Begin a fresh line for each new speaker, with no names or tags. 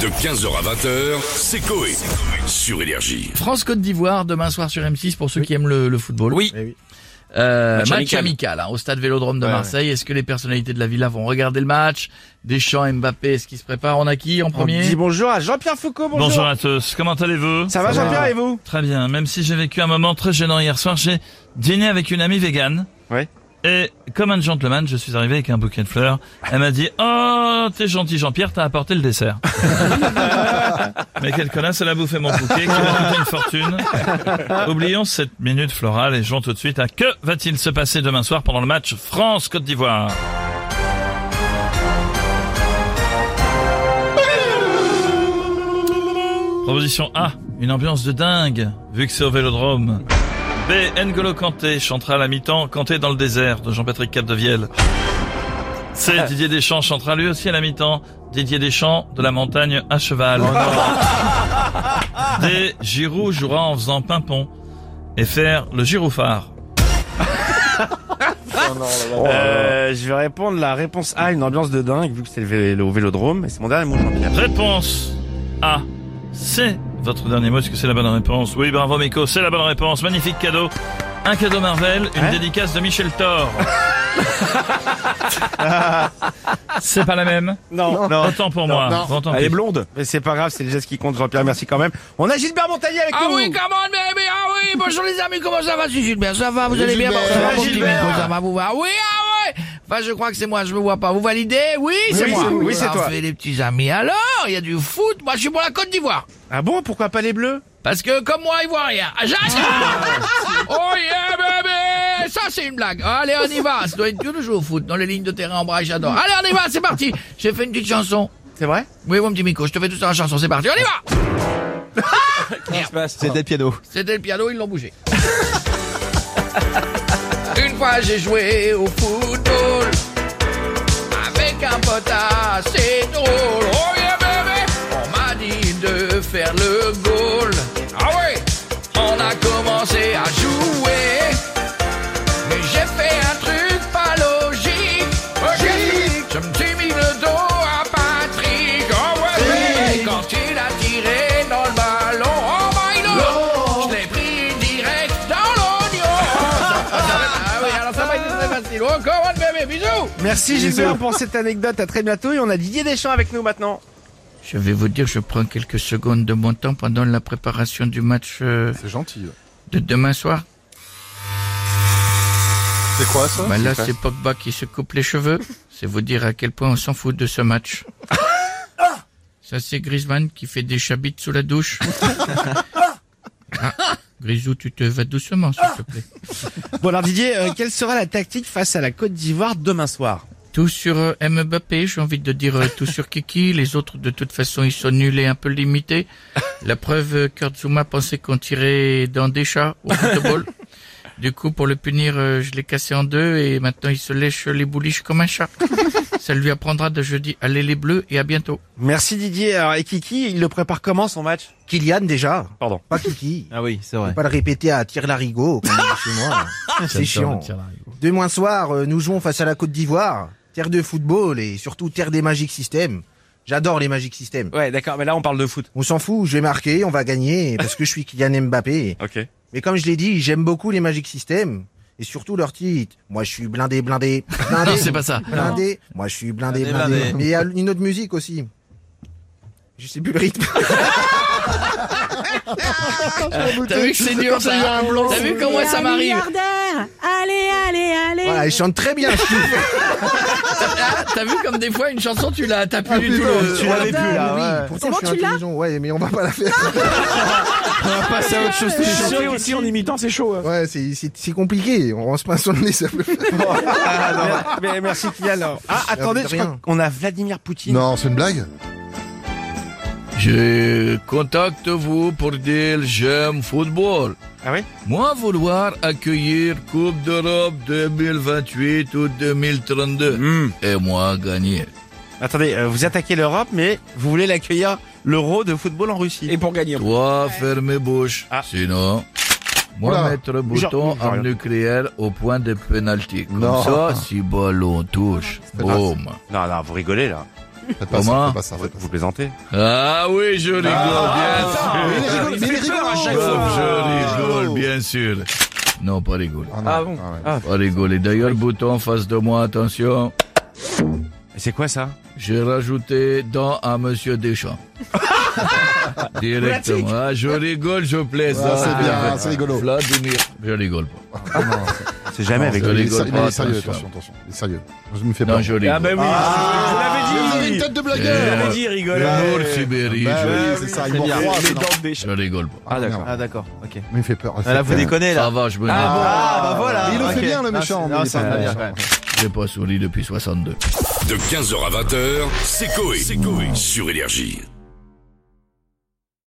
De 15h à 20h, c'est Coé. Sur Énergie.
France-Côte d'Ivoire, demain soir sur M6 pour ceux qui aiment le, le football.
Oui.
Eh oui.
Euh, match,
Match
amical,
amical.
hein, au stade Vélodrome de
Ouais,
Marseille. Est-ce que les personnalités de la villa vont regarder le match Deschamps, Mbappé, est-ce qu'ils se préparent On a qui en
On
premier
dit bonjour à Jean-Pierre Foucault, bonjour.
Bonjour à tous, comment allez-vous
Ça va Jean-Pierre et vous
Très bien, même si j'ai vécu un moment très gênant hier soir, j'ai dîné avec une amie végane.
Ouais.
Et comme un gentleman, je suis arrivé avec un bouquet de fleurs. Elle m'a dit "Oh, t'es gentil Jean-Pierre, t'as apporté le dessert." Mais quelle connasse, elle a bouffé mon bouquet qui m'a coûté une fortune. Oublions cette minute florale et jouons tout de suite à que va-t-il se passer demain soir pendant le match France-Côte d'Ivoire. Proposition A, une ambiance de dingue, vu que c'est au Vélodrome. B, N'Golo Kanté chantera à la mi-temps Kanté dans le désert de Jean-Patrick Capdevielle. C, Didier Deschamps chantera lui aussi à la mi-temps Didier Deschamps de la montagne à cheval. D, Giroud jouera en faisant pimpon et faire le gyrophare.
Euh, Je vais répondre la réponse A, une ambiance de dingue, vu que c'est le vé- au Vélodrome. Et c'est mon dernier mot Jean-Pierre.
Réponse A. C'est votre dernier mot. Est-ce que c'est la bonne réponse Oui, bravo Miko, c'est la bonne réponse. Magnifique cadeau. Un cadeau Marvel, une
Hein
dédicace de Michel Thor. c'est pas la même.
Non, non.
Autant pour moi. Autant pis.
blonde. Mais c'est pas grave, c'est le geste qui compte Jean-Pierre, merci quand même. On a Gilbert Montagnier avec
Ah
nous.
oui, come on, baby, ah oui, bonjour les amis, comment ça va C'est Gilbert, ça va, vous allez bien
Gilbert.
Ça va, mon petit
Gilbert.
Miko, ça va, vous va Ah oui, ah oui Enfin, je crois que c'est moi, je me vois pas. Vous validez Oui, c'est
Oui,
moi.
c'est- oui, c'est
Ça
toi.
fait les petits amis. Alors, il y a du foot, moi je suis pour la Côte d'Ivoire.
Ah bon, pourquoi pas les bleus
Parce que, comme moi, ils voient rien. Ah, j'arrive Oh yeah, bébé Ça, c'est une blague. Allez, on y va. Ça doit être que le jeu au foot, dans les lignes de terrain en bras, j'adore. Allez, on y va, c'est parti J'ai fait une petite chanson.
C'est vrai
Oui, mon petit Miko, je te fais tout ça en chanson, c'est parti, on y va
C'était le piano.
C'était le piano, ils l'ont bougé. Une fois j'ai joué au football avec un pote assez drôle. Oh yeah bébé, on m'a dit de faire le goal. Ah oui, on a commencé à jouer, mais j'ai fait un truc pas logique. Ok, Je me suis mis le dos à Patrick. Oh ouais bébé, quand il a tiré dans le ballon, oh my lord, je l'ai pris direct dans l'oignon. Ah oui, alors ça va être très facile. On commande bébé, bisous
Merci Gilbert pour cette anecdote, à très bientôt. Et on a Didier Deschamps avec nous maintenant.
Je vais vous dire, je prends quelques secondes de mon temps pendant la préparation du match euh,
C'est gentil.
de demain soir.
C'est quoi ça
Bah là, c'est Pogba qui se coupe les cheveux. C'est vous dire à quel point on s'en fout de ce match. Ça, c'est Griezmann qui fait des chabites sous la douche. Ah, Grisou, tu te vas doucement, s'il te plaît.
Bon alors Didier, euh, quelle sera la tactique face à la Côte d'Ivoire demain soir
Tout sur euh, Mbappé, j'ai envie de dire euh, tout sur Kiki. Les autres, de toute façon, ils sont nuls et un peu limités. La preuve, euh, Kurt Zouma pensait qu'on tirait dans des chats au football. Du coup, pour le punir, euh, je l'ai cassé en deux et maintenant il se lèche les bouliches comme un chat. Ça lui apprendra de jeudi. Allez les bleus et à bientôt.
Merci Didier. Alors, et Kiki, il le prépare comment son match
Kylian déjà,
Pardon.
pas Kiki.
Ah oui, c'est vrai.
Faut Pas le répéter à Tire Larigot, comme on dit chez moi. C'est chiant. Demain soir, euh, nous jouons face à la Côte d'Ivoire, terre de football et surtout terre des Magic Systems. J'adore les Magic Systems.
Ouais, d'accord, mais là on parle de foot.
On s'en fout, je vais marquer, on va gagner parce que je suis Kylian Mbappé.
Ok.
Mais comme je l'ai dit, j'aime beaucoup les Magic Systems et surtout leur titre. Moi, je suis blindé, blindé, blindé.
Non, c'est pas ça.
Blindé. Moi, je suis blindé,
Blindé,
blindé.
blindé.
Mais il y a une autre musique aussi. Je sais plus le rythme.
T'as vu que c'est dur ça hein. T'as vu comment ça
Un
m'arrive
milliardaire. Allez, allez, allez.
Voilà, il chante très bien. je trouve.
Ah, T'as vu comme des fois une chanson tu l'as t'as plus du tout
Ah, Putain,
le-
tu l'avais plus là. Oui,
C'est
pourtant
bon,
je suis
tu l'as Ah.
intelligent. Ouais, mais on va pas la faire.
Passer à autre chose.
aussi en imitant, c'est chaud. hein.
Ouais, c'est- c'est c'est compliqué. On rend pas sur le nez, ça peut faire.
mais, mais merci Kylian. alors. Ah, attendez,
de
je crois
rien.
qu'on a Vladimir Poutine.
Non, c'est une blague
Je contacte vous pour dire j'aime football.
Ah oui
Moi vouloir accueillir Coupe d'Europe 2028 ou 2032
Hmm.
et moi gagner.
Attendez, euh, vous attaquez l'Europe, mais vous voulez l'accueillir l'euro de football en Russie.
Et pour gagner.
Toi ferme bouche,
Ah.
sinon moi
Oula.
mettre le bouton
Genre-
en nucléaire au point de pénalty. Comme
Non.
Ah,
ça, si ballon touche, boum.
Non, non, vous rigolez là. Faites pas
Thomas.
ça, faites pas ça, faites pas ça.
Vous plaisantez
Ah oui, je rigole,
Ah,
bien
mais il
sûr.
rigole- mais il rigole
Ah,
à chaque fois.
Je rigole, bien sûr. Non, pas rigole.
Ah, non. Ah, ouais.
Pas rigoler. D'ailleurs, bouton en face de moi, attention.
Et C'est quoi ça
J'ai rajouté dents à Monsieur Deschamps. Directement. Ah, je rigole, je plaisante.
Ah, c'est bien, c'est rigolo.
Vladimir. Je rigole pas.
C'est jamais avec
je
Il
lui.
est
rigole
ser-
pas,
il est sérieux,
attention.
attention, attention. Il est sérieux. Je me fais
Non,
pas.
je rigole.
oui,
Vous avez une tête de blagueur.
l'avais
dit, rigole.
L'humour Sibérie,
Bah
Eh, je,
oui, c'est ça, il m'en croit, c'est normal.
je rigole pas.
Ah d'accord.
merde.
Ah d'accord. Ok.
Mais il fait peur. il fait
Là, vous
peur.
déconnez, là.
Ça va, je me
Ah, bah voilà.
Il le fait
ok.
bien, le
Non,
méchant,
c'est-
mais
non,
il est
ça
pas
va
méchant.
bien, ouais.
J'ai pas souri depuis 62.
De 15h à 20h, c'est Coé sur Énergie.